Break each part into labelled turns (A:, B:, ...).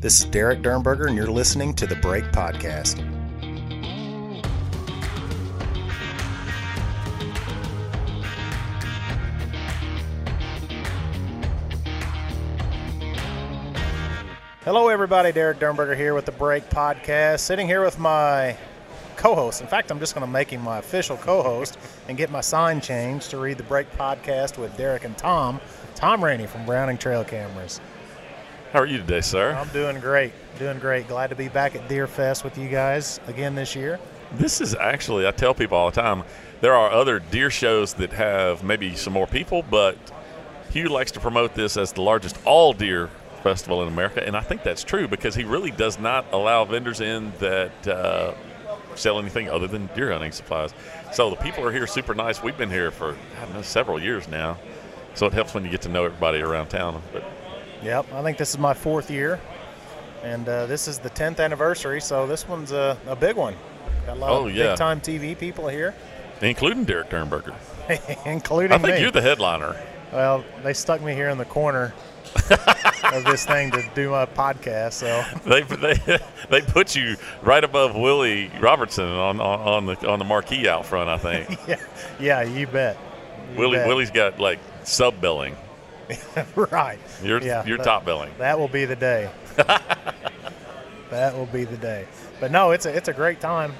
A: This is Derek Dernberger, and you're listening to the Break Podcast. Hello, everybody. Derek Dernberger here with the Break Podcast. Sitting here with my co host. In fact, I'm just going to make him my official co host and get my sign changed to read the Break Podcast with Derek and Tom. Tom Rainey from Browning Trail Cameras.
B: How are you today, sir?
A: I'm doing great. Doing great. Glad to be back at Deer Fest with you guys again this year.
B: This is actually, I tell people all the time, there are other deer shows that have maybe some more people, but Hugh likes to promote this as the largest all deer festival in America. And I think that's true because he really does not allow vendors in that uh, sell anything other than deer hunting supplies. So the people are here super nice. We've been here for, I don't know, several years now. So it helps when you get to know everybody around town. But
A: Yep, I think this is my fourth year, and uh, this is the 10th anniversary, so this one's a, a big one. Got a lot
B: Oh,
A: of
B: yeah.
A: big time TV people here,
B: including Derek Dernberger.
A: including
B: I think
A: me.
B: you're the headliner.
A: well, they stuck me here in the corner of this thing to do my podcast, so
B: they, they they put you right above Willie Robertson on, on, on the on the marquee out front. I think
A: yeah, yeah you bet. You
B: Willie
A: bet.
B: Willie's got like sub billing.
A: right.
B: You're
A: Yeah,
B: you're
A: that-
B: top billing.
A: That will be the day. that will be the day. But no, it's a it's a great time.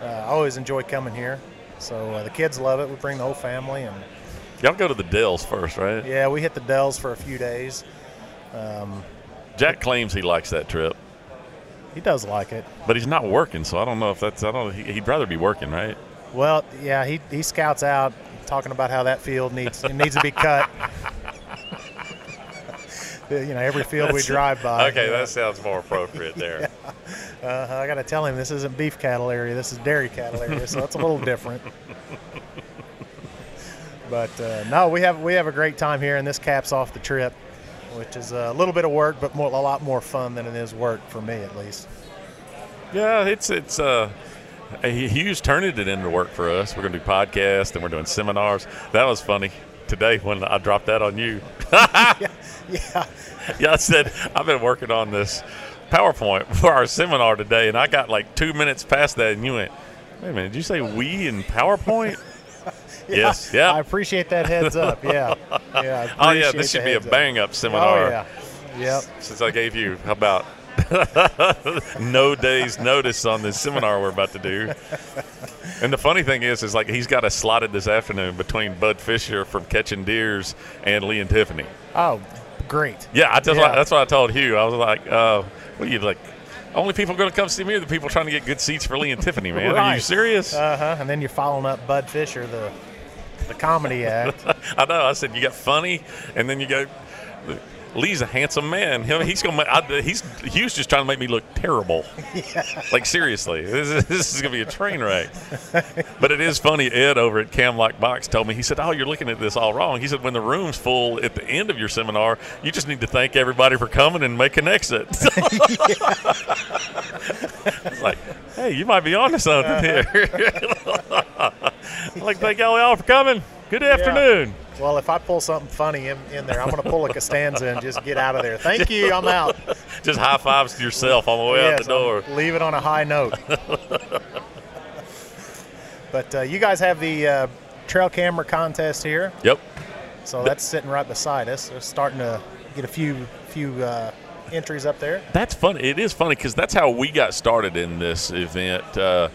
A: Uh, I always enjoy coming here. So uh, the kids love it. We bring the whole family, and
B: Y'all go to the Dells first, right?
A: yeah, we hit the Dells for a few days.
B: Jack claims he likes that trip,
A: He does like it.
B: but he's not working, so I don't know if that's I don't. he- He'd rather be working, right?
A: Well, yeah, he, he scouts out talking about how that field needs it needs to be cut. you know, every field we drive by.
B: okay,
A: you know.
B: that sounds more appropriate there.
A: Uh, I got to tell him this isn't beef cattle area. This is dairy cattle area, so that's a little different. But uh, no, we have we have a great time here, and this caps off the trip, which is a little bit of work, but more, a lot more fun than it is work for me, at least.
B: Yeah, it's it's uh, Hughes turning it into work for us. We're gonna do podcasts and we're doing seminars. That was funny today when I dropped that on you.
A: Yeah,
B: Yeah, I said I've been working on this PowerPoint for our seminar today, and I got like two minutes past that, and you went, "Wait a minute, did you say we in PowerPoint?" yes,
A: I
B: yeah.
A: appreciate that heads up. Yeah, yeah. I
B: Oh yeah,
A: appreciate
B: this should
A: the
B: be a
A: heads up.
B: bang up
A: Oh
B: seminar.
A: yeah, yep.
B: Since I gave you about no days notice on this seminar we're about to do. And the funny thing is, is like he's got us slotted this afternoon between Bud Fisher from Catching Deers and Lee and Tiffany.
A: Oh, great.
B: Yeah, I just,
A: Yeah.
B: that's what I told Hugh. I was like, uh, what are you like? Only people going to come see me are the people trying to get good seats for Lee and Tiffany, man. Are you
A: Right.
B: serious?
A: Uh huh. And then you're following up Bud Fisher, the the comedy act.
B: I know. I said, you got funny, and then you go, Lee's a handsome man. Him, he's going to, he's, Hugh's just trying to make me look terrible. Like, seriously, this is, this is going to be a train wreck. but it is funny. Ed over at Camlock Box told me, he said, oh, you're looking at this all wrong. He said, when the room's full at the end of your seminar, you just need to thank everybody for coming and make an exit. it's like, hey, you might be onto something here. I'd like to thank y'all, all for coming. Good afternoon.
A: Well, if I pull something funny in, in there, I'm going to pull a Costanza and just get out of there. Thank you. I'm out.
B: Just high fives to yourself on the way out
A: Yes,
B: the door.
A: I'm- leave it on a high note. but uh, you guys have the uh, trail camera contest here,
B: Yep.
A: so that's sitting right beside us. We're starting to get a few few uh, entries up there.
B: That's fun. It is funny because that's how we got started in this event. Uh,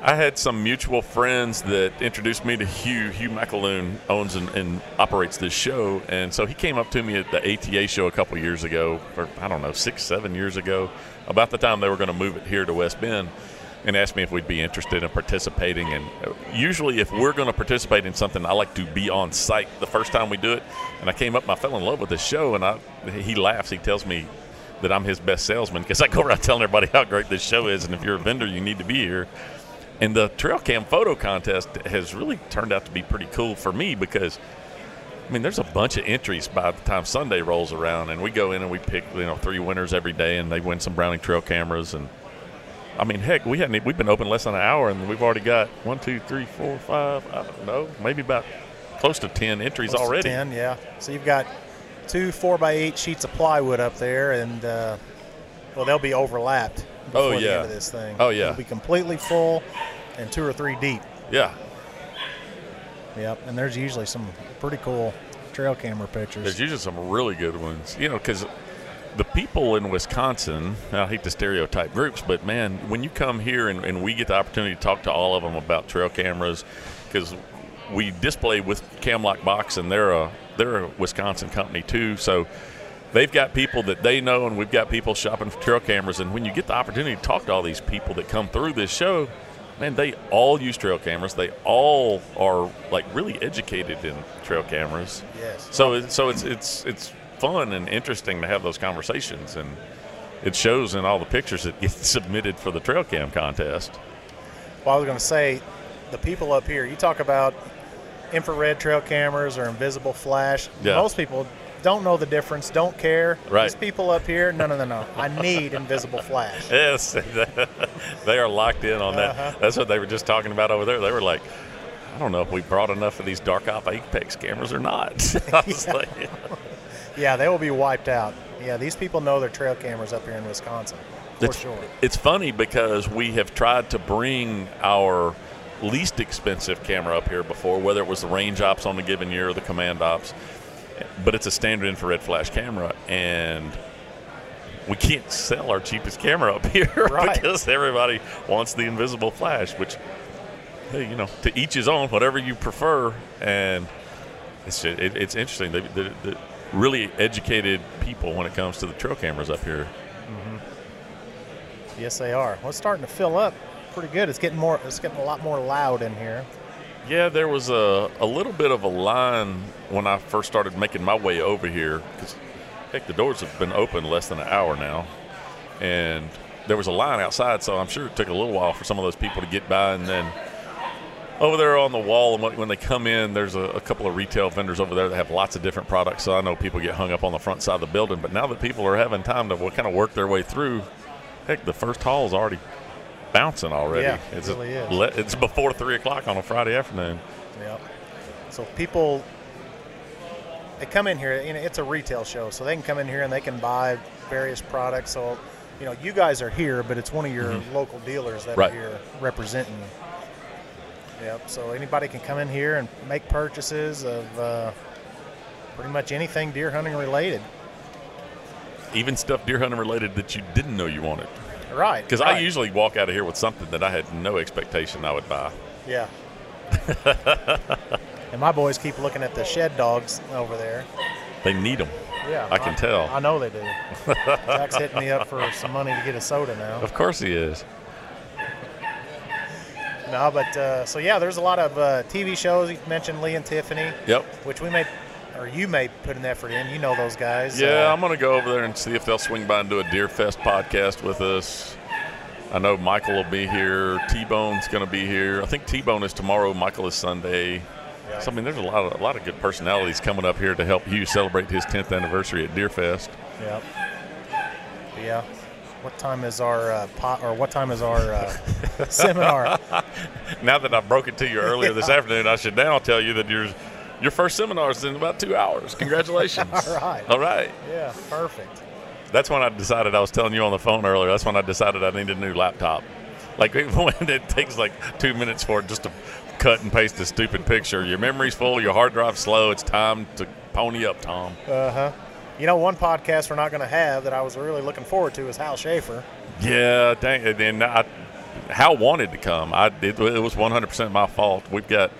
B: I had some mutual friends that introduced me to Hugh. Hugh McAloon owns and, and operates this show, and so he came up to me at the ATA show a couple years ago, or I don't know, six, seven years ago, about the time they were going to move it here to West Bend, and asked me if we'd be interested in participating. And uh, usually, if we're going to participate in something, I like to be on site the first time we do it. And I came up, and I fell in love with the show, and I he laughs. He tells me that I'm his best salesman because I go around telling everybody how great this show is, and if you're a vendor, you need to be here. And the trail cam photo contest has really turned out to be pretty cool for me because, I mean, there's a bunch of entries by the time Sunday rolls around, and we go in and we pick, you know, three winners every day, and they win some Browning trail cameras. And I mean, heck, we hadn't e, we've been open less than an hour, and we've already got one, two, three, four, five, I don't know, maybe about close to ten entries
A: Close to
B: already.
A: ten, yeah. So you've got two four by eight sheets of plywood up there, and uh, Well, they'll be overlapped before
B: Oh,
A: the
B: yeah.
A: end of this thing.
B: Oh, yeah.
A: It'll be completely full and two or three deep.
B: Yeah,
A: Yep. And there's usually some pretty cool trail camera pictures.
B: There's usually some really good ones, you know, because the people in Wisconsin, I hate to stereotype groups, but man, when you come here and, and we get the opportunity to talk to all of them about trail cameras, because we display with Camlock Box, and they're a they're a Wisconsin company too, so they've got people that they know, and we've got people shopping for trail cameras. And when you get the opportunity to talk to all these people that come through this show. Man, they all use trail cameras. They all are like really educated in trail cameras.
A: yes.
B: So it- so it's it's it's fun and interesting to have those conversations, and it shows in all the pictures that get submitted for the trail cam contest.
A: Well, I was going to say, the people up here, you talk about infrared trail cameras or invisible flash.
B: Yeah.
A: Most people don't know the difference, don't care.
B: Right.
A: These people up here, no, no, no, no. I need invisible flash.
B: Yes, they are locked in on that. That's what they were just talking about over there. They were like. I don't know if we brought enough of these dark op apex cameras or not. I was like,
A: Yeah, they will be wiped out. Yeah, these people know their trail cameras up here in Wisconsin, for
B: It's-
A: sure.
B: It's funny because we have tried to bring our least expensive camera up here before, whether it was the range ops on a given year or the command ops, but it's a standard infrared flash camera and we can't sell our cheapest camera up here
A: Right.
B: because everybody wants the invisible flash, which hey, you know, to each his own, whatever you prefer. And it's ju- it, it's interesting. They, they, they really educated people when it comes to the trail cameras up here.
A: Yes, they are. Well, it's starting to fill up pretty good. It's getting more. It's getting a lot more loud in here.
B: Yeah, there was a, a little bit of a line when I first started making my way over here. 'cause, heck, the doors have been open less than an hour now. And there was a line outside, so I'm sure it took a little while for some of those people to get by. And then over there on the wall, and when- when they come in, there's a, a couple of retail vendors over there that have lots of different products. So I know people get hung up on the front side of the building. But now that people are having time to kind of work their way through, heck, the first hall is already bouncing already.
A: Yeah, it
B: it's
A: really is.
B: le- it's before three o'clock on a Friday afternoon.
A: Yep. So people, they come in here. You know, it's a retail show, so they can come in here and they can buy various products. So, you know, you guys are here, but it's one of your local dealers that
B: Mm-hmm. Right.
A: are here representing you. Yep. So anybody can come in here and make purchases of uh, pretty much anything deer hunting related.
B: even stuff deer hunting related that you didn't know you wanted.
A: Right.
B: Because I
A: right.
B: usually walk out of here with something that I had no expectation I would buy.
A: Yeah. and my boys keep looking at the shed dogs over there.
B: They need them.
A: Yeah,
B: I can tell.
A: I know they do. Jack's hitting me up for some money to get a soda now.
B: Of course he is.
A: No, but uh, so yeah, there's a lot of uh, TV shows. You mentioned Lee and Tiffany,
B: Yep.
A: which we may, or you may put an effort in. You know those guys.
B: Yeah,
A: Uh,
B: I'm going to go over there and see if they'll swing by and do a Deer Fest podcast with us. I know Michael will be here. T Bone's going to be here. I think T Bone is tomorrow. Michael is Sunday.
A: Yeah.
B: So I mean, there's a lot of a lot of good personalities coming up here to help you celebrate his 10th anniversary at Deer Fest.
A: Yep. Yeah. What time is our uh, pot, or what time is our uh, seminar?
B: Now that I broke it to you earlier this afternoon, I should now tell you that your your first seminar is in about two hours. Congratulations!
A: All right.
B: all right.
A: Yeah, perfect.
B: That's when I decided. I was telling you on the phone earlier. That's when I decided I need a new laptop. Like when it takes like two minutes for it just to cut and paste a stupid picture. Your memory's full. Your hard drive's slow. It's time to pony up, Tom.
A: Uh huh. You know, one podcast we're not going to have that I was really looking forward to is Hal Schaefer.
B: Yeah, dang. And then I, Hal wanted to come. I it, it was 100% my fault. We've got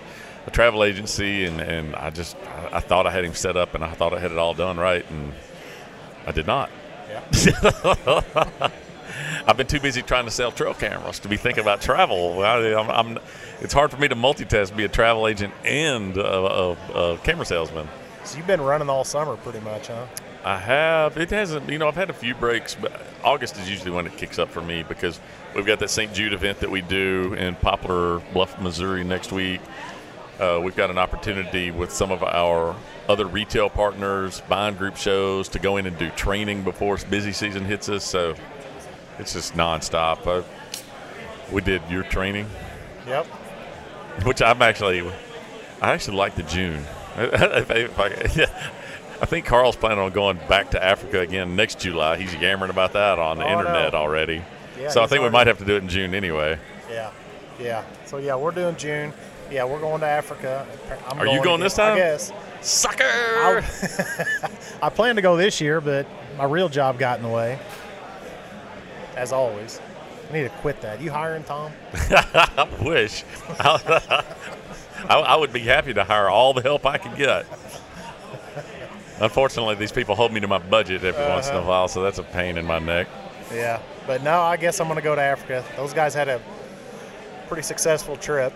B: a travel agency, and, and I just I, I thought I had him set up, and I thought I had it all done right, and I did not.
A: Yeah.
B: I've been too busy trying to sell trail cameras to be thinking about travel. I, I'm, I'm, it's hard for me to multitask, be a travel agent and a, a, a camera salesman.
A: So you've been running all summer, pretty much, huh?
B: I have. It hasn't. You know, I've had a few breaks, but August is usually when it kicks up for me because we've got that St. Jude event that we do in Poplar Bluff, Missouri next week. Uh, we've got an opportunity with some of our other retail partners, buying group shows, to go in and do training before busy season hits us. So it's just nonstop. Uh, we did your training,
A: Yep.
B: which I'm actually, I actually like the June. if I, if I, yeah. I think Carl's planning on going back to Africa again next July. He's yammering about that on the
A: Oh, I know.
B: internet already.
A: Yeah,
B: so I
A: he's
B: think we
A: already-
B: might have to do it in June anyway.
A: Yeah, yeah. So yeah, we're doing June. Yeah, we're going to Africa. I'm
B: Are you going
A: again,
B: this time?
A: I guess.
B: Sucker!
A: I, I plan to go this year, but my real job got in the way. As always, I need to quit that. You hiring Tom?
B: I wish. I, I would be happy to hire all the help I could get. Unfortunately, these people hold me to my budget every once in
A: Uh-huh.
B: a while, so that's a pain in my neck.
A: Yeah, but no, I guess I'm going to go to Africa. Those guys had a pretty successful trip.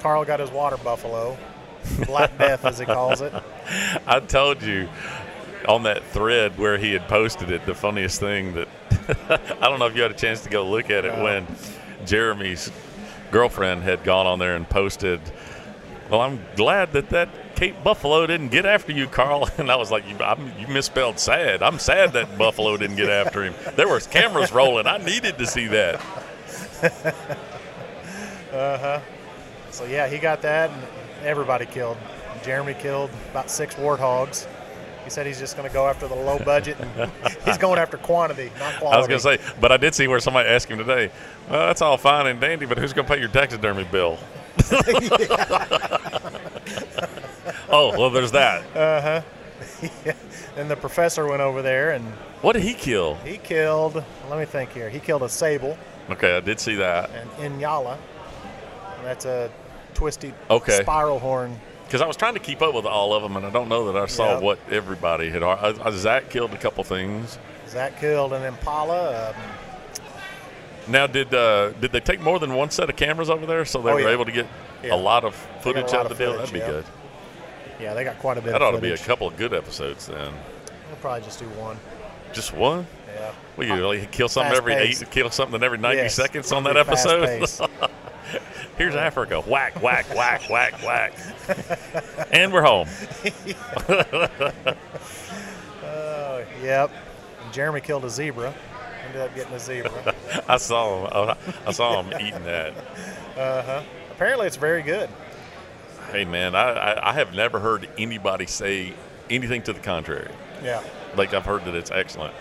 A: Carl got his water buffalo, Black Death as he calls it.
B: I told you on that thread where he had posted it, the funniest thing that I don't know if you had a chance to go look at it
A: No.
B: when Jeremy's girlfriend had gone on there and posted, Well, I'm glad that that Cape Buffalo didn't get after you, Carl. And I was like, You, I'm, you misspelled sad. I'm sad that Buffalo didn't get after him. There was cameras rolling. I needed to see that.
A: So yeah, he got that, and everybody killed. Jeremy killed about six warthogs. He said he's just going to go after the low budget, and he's going after quantity, not quality.
B: I was going to say, but I did see where somebody asked him today, well, that's all fine and dandy, but who's going to pay your taxidermy bill? oh, well, there's that.
A: And the professor went over there, and
B: What did he kill?
A: he killed. Let me think here. He killed a sable,
B: Okay, I did see that.
A: an inyala. And that's a twisty
B: Okay.
A: spiral horn.
B: Because I was trying to keep up with all of them, and I don't know that I saw
A: Yeah.
B: what everybody had. har- Uh, Zach killed a couple things.
A: Zach killed an impala. Um,
B: Now, did uh, did they take more than one set of cameras over there so they
A: Oh,
B: were
A: yeah.
B: able to get
A: Yeah.
B: a lot of
A: They got a
B: footage
A: lot
B: out of the
A: of
B: deal?
A: footage,
B: That'd be
A: yeah.
B: good.
A: yeah, they got quite a bit.
B: That
A: of
B: ought to be a
A: footage.
B: couple of good episodes then.
A: We'll probably just do one.
B: Just one?
A: Yeah.
B: We usually kill something every
A: fast-paced.
B: eight, kill something every ninety
A: Yes,
B: seconds on that
A: pretty fast
B: episode.
A: paced.
B: Here's Africa, whack, whack, whack, whack, whack, and we're home.
A: Oh, yep. And Jeremy killed a zebra. Ended up getting a zebra.
B: I saw him. uh, I saw him eating that.
A: Apparently, it's very good.
B: Hey man, I, I, I have never heard anybody say anything to the contrary.
A: Yeah.
B: Like I've heard that it's excellent.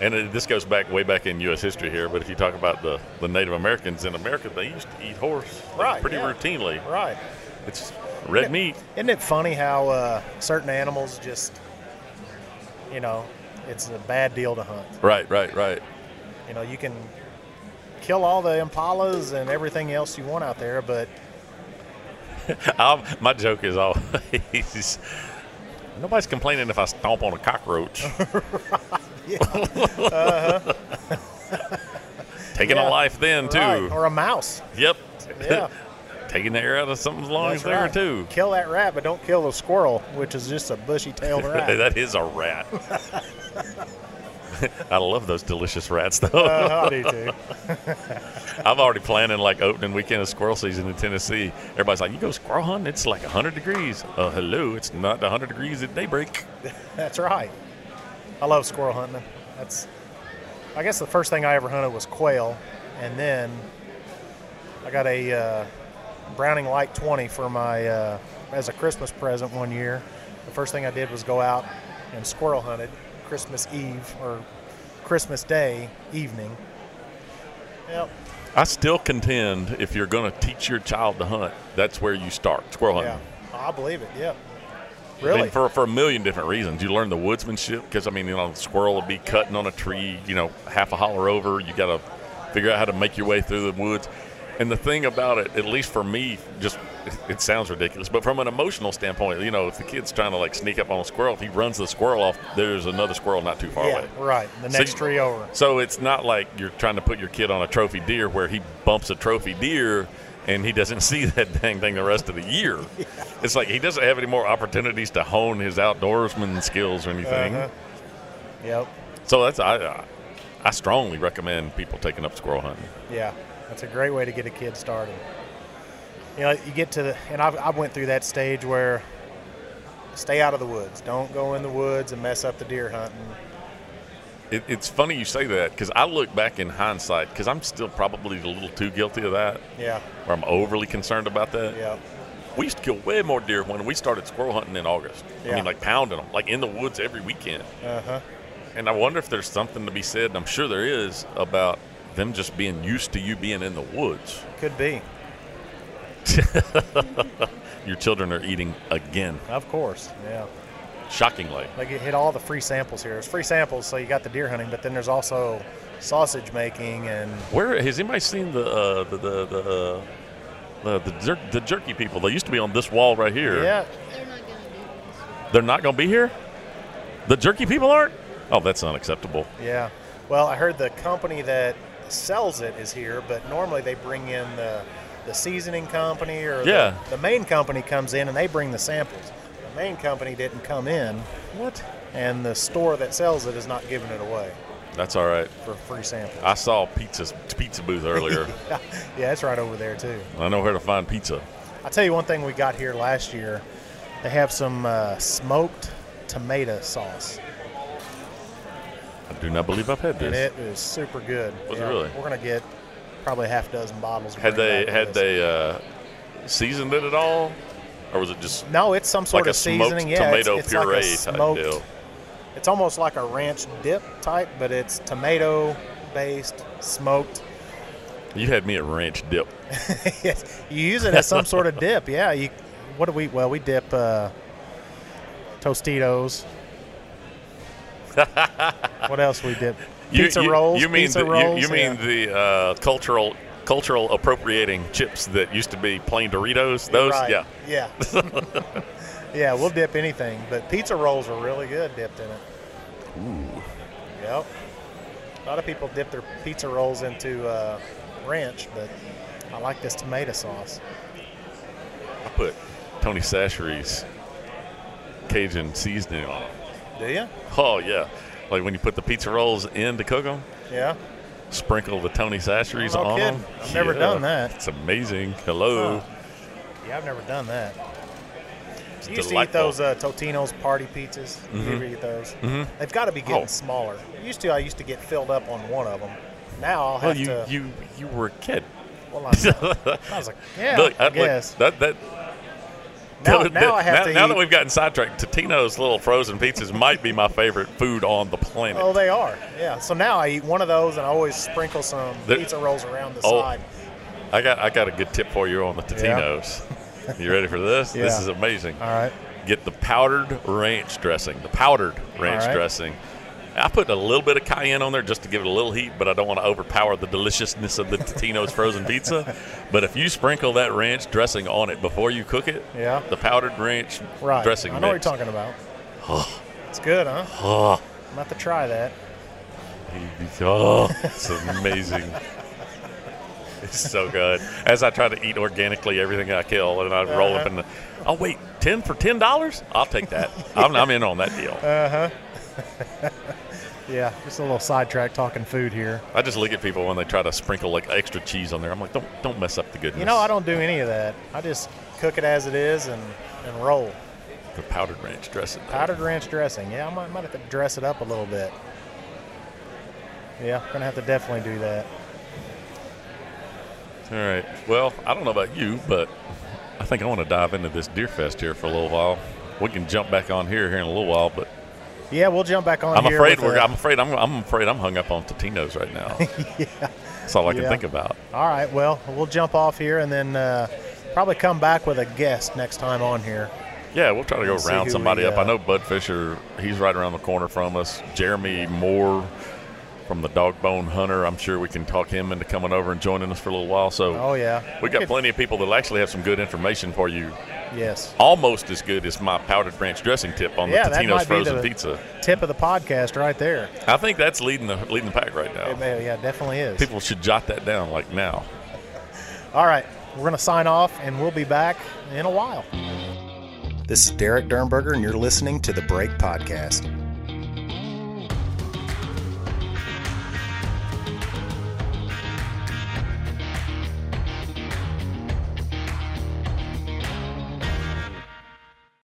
B: And it, this goes back way back in U.S. history here, but if you talk about the, the Native Americans in America, they used to eat horse like,
A: Right,
B: pretty
A: yeah.
B: routinely.
A: Right.
B: It's red meat.
A: Isn't it funny how uh, certain animals just, you know, it's a bad deal to hunt.
B: Right, right, right.
A: You know, you can kill all the impalas and everything else you want out there, but
B: I'm, my joke is always nobody's complaining if I stomp on a cockroach. Uh-huh. Taking
A: Yeah.
B: a life then too.
A: Right, or a mouse.
B: Yep.
A: Yeah.
B: Taking the air out of something's lungs
A: That's
B: there
A: right.
B: too.
A: Kill that rat, but don't kill the squirrel, which is just a bushy-tailed rat.
B: that is a rat. I love those delicious rats though.
A: Uh, I do too.
B: I'm already planning like opening weekend of squirrel season in Tennessee. Everybody's like, "You go squirrel hunting? It's like 100 degrees." Uh, hello, it's not 100 degrees at daybreak.
A: That's right. I love squirrel hunting. That's, I guess, the first thing I ever hunted was quail, and then I got a uh, Browning Light 20 for my uh, as a Christmas present one year. The first thing I did was go out and squirrel hunted Christmas Eve or Christmas Day evening. Yep.
B: I still contend if you're going to teach your child to hunt, that's where you start squirrel hunting.
A: Yeah, I believe it. Yeah.
B: I mean,
A: Really?
B: for, for a million different reasons. You learn the woodsmanship because, I mean, you know, the squirrel will be cutting on a tree, you know, half a holler over. You got to figure out how to make your way through the woods. And the thing about it, at least for me, just it, it sounds ridiculous, but from an emotional standpoint, you know, if the kid's trying to like sneak up on a squirrel, if he runs the squirrel off, there's another squirrel not too far
A: yeah.
B: away.
A: Right. The
B: So
A: next
B: you-
A: tree over.
B: So it's not like you're trying to put your kid on a trophy deer where he bumps a trophy deer and he doesn't see that dang thing the rest of the year. It's like he doesn't have any more opportunities to hone his outdoorsman skills or anything.
A: Uh-huh. Yep.
B: So that's I, I I strongly recommend people taking up squirrel hunting.
A: Yeah, that's a great way to get a kid started. You know, you get to the, and I've, I went through that stage where stay out of the woods. Don't go in the woods and mess up the deer hunting.
B: It, it's funny you say that because I look back in hindsight because I'm still probably a little too guilty of that
A: Yeah,
B: or I'm overly concerned about that.
A: yeah,
B: we used to kill way more deer when we started squirrel hunting in August. I
A: Yeah.
B: mean, like pounding them, like in the woods every weekend.
A: Uh-huh.
B: And I wonder if there's something to be said, and I'm sure there is, about them just being used to you being in the woods.
A: Could be.
B: Your children are eating again,
A: Of course. Yeah.
B: shockingly.
A: They get hit all the free samples here. It's free samples, so you got the deer hunting, but then there's also sausage making and
B: Where has anybody seen the uh, the the the, uh, the, the, jer- the jerky people? They used to be on this wall right here.
A: yeah.
C: They're not gonna do this.
B: They're not going to be here. The jerky people aren't. Oh, that's unacceptable.
A: Yeah. Well, I heard the company that sells it is here, but normally they bring in the, the seasoning company or the-
B: Yeah.
A: the, main company comes in and they bring the samples. The main company didn't come in. What? And the store that sells it is not giving it away
B: That's all right.
A: for free samples.
B: I saw pizza pizza booth earlier.
A: yeah, it's right over there too.
B: I know where to find pizza.
A: I'll tell you one thing we got here last year. They have some uh, smoked tomato sauce,
B: I do not believe I've had
A: and
B: this.
A: it is super good.
B: Was it really?
A: We're gonna get probably half dozen bottles. and
B: Had
A: bring
B: they
A: back
B: had
A: with us.
B: they uh, seasoned it at all, or was it just
A: No, it's some sort
B: like a
A: of
B: smoked
A: seasoning. Yeah, it's-
B: tomato
A: it's,
B: puree
A: like a
B: type
A: smoked,
B: deal?
A: It's almost like a ranch dip type, but it's tomato based, smoked.
B: You had me at ranch dip.
A: Yes, you use it as some sort of dip. Yeah, you. What do we? Well, we dip uh, Tostitos. what else we dip?
B: You-
A: Pizza
B: you,
A: rolls.
B: You mean
A: pizza
B: the, you-
A: rolls.
B: You, mean
A: yeah.
B: the uh, cultural cultural appropriating chips that used to be plain Doritos?
A: You're
B: Those,
A: right.
B: yeah.
A: yeah, yeah. We'll dip anything, but pizza rolls are really good dipped in it. Ooh. Yep. A lot of people dip their pizza rolls into uh, ranch, but I like this tomato sauce.
B: I put Tony Sachery's Cajun seasoning on. 'em.
A: Do you?
B: Oh yeah, like when you put the pizza rolls in to cook them,
A: Yeah.
B: sprinkle the Tony Sachery's
A: No
B: on
A: kidding.
B: them.
A: Oh, I've never done that.
B: It's amazing. Hello.
A: Huh. Yeah, I've never done that. You used
B: delightful.
A: to eat those uh, Totino's party pizzas. You ever eat those? Mm-hmm. They've got to be getting
B: Oh.
A: smaller. Used to, I used to get filled up on one of them. Now I'll have
B: Well, Oh, you,
A: to.
B: you you were a kid.
A: well, I'm, I was like, yeah,
B: Look,
A: I
B: I'd like-
A: guess.
B: that that
A: now,
B: that-
A: now I have
B: now,
A: to
B: now
A: eat.
B: that we've gotten sidetracked, Totino's little frozen pizzas might be my favorite food on the planet.
A: oh, they are. Yeah. So now I eat one of those and I always sprinkle some
B: There-
A: pizza rolls around the
B: Oh.
A: side.
B: I got I got a good tip for you on the Totino's. You ready for this? This
A: Yeah.
B: is amazing.
A: All right.
B: Get the powdered ranch dressing. The powdered ranch
A: right.
B: dressing. I put a little bit of cayenne on there just to give it a little heat, but I don't want to overpower the deliciousness of the Totino's frozen pizza. But if you sprinkle that ranch dressing on it before you cook it,
A: Yeah.
B: the powdered ranch
A: Right.
B: dressing
A: I know
B: mix.
A: what you're talking about. it's good, huh?
B: Oh,
A: I'm about to try that.
B: Oh, it's amazing. it's so good. As I try to eat organically everything I kill, and I roll
A: Uh-huh.
B: up in the. Oh wait, ten for ten dollars? I'll take that. I'm, I'm in on that
A: Uh,
B: deal.
A: Yeah. Just a little sidetrack talking food here.
B: I just look at people when they try to sprinkle like extra cheese on there. I'm like, don't don't mess up the goodness.
A: You know, I don't do any of that. I just cook it as it is and, and roll.
B: The powdered ranch dressing.
A: Powdered ranch dressing. Yeah, I might, might have to dress it up a little bit. Yeah, I'm gonna have to definitely do that.
B: All right. Well, I don't know about you, but I think I want to dive into this deer fest here for a little while. We can jump back on here here in a little while, but
A: Yeah, we'll jump back on.
B: I'm
A: here
B: afraid
A: with
B: we're.
A: a-
B: I'm afraid. I'm. I'm afraid. I'm hung up on Totino's right now. That's all I can
A: Yeah.
B: think about.
A: All right. Well, we'll jump off here and then uh, probably come back with a guest next time on here.
B: Yeah, we'll try to go
A: Let's see
B: round
A: who
B: somebody
A: we,
B: up. I
A: uh,
B: know Bud Fisher. He's right around the corner from us. Jeremy Moore from the Dog Bone Hunter. I'm sure we can talk him into coming over and joining us for a little while. So
A: Oh yeah.
B: we got
A: could-
B: plenty of people that actually have some good information for you.
A: Yes.
B: Almost as good as my powdered ranch dressing tip on
A: Yeah,
B: the
A: that
B: Totino's
A: might be
B: frozen
A: the-
B: pizza.
A: Tip of the podcast right there.
B: I think that's leading the leading the pack right now.
A: It may- yeah, it definitely is.
B: Oh. People should jot that down like now.
A: All right, we're going to sign off and we'll be back in a while. This is Derek Dernberger, and you're listening to The Break Podcast.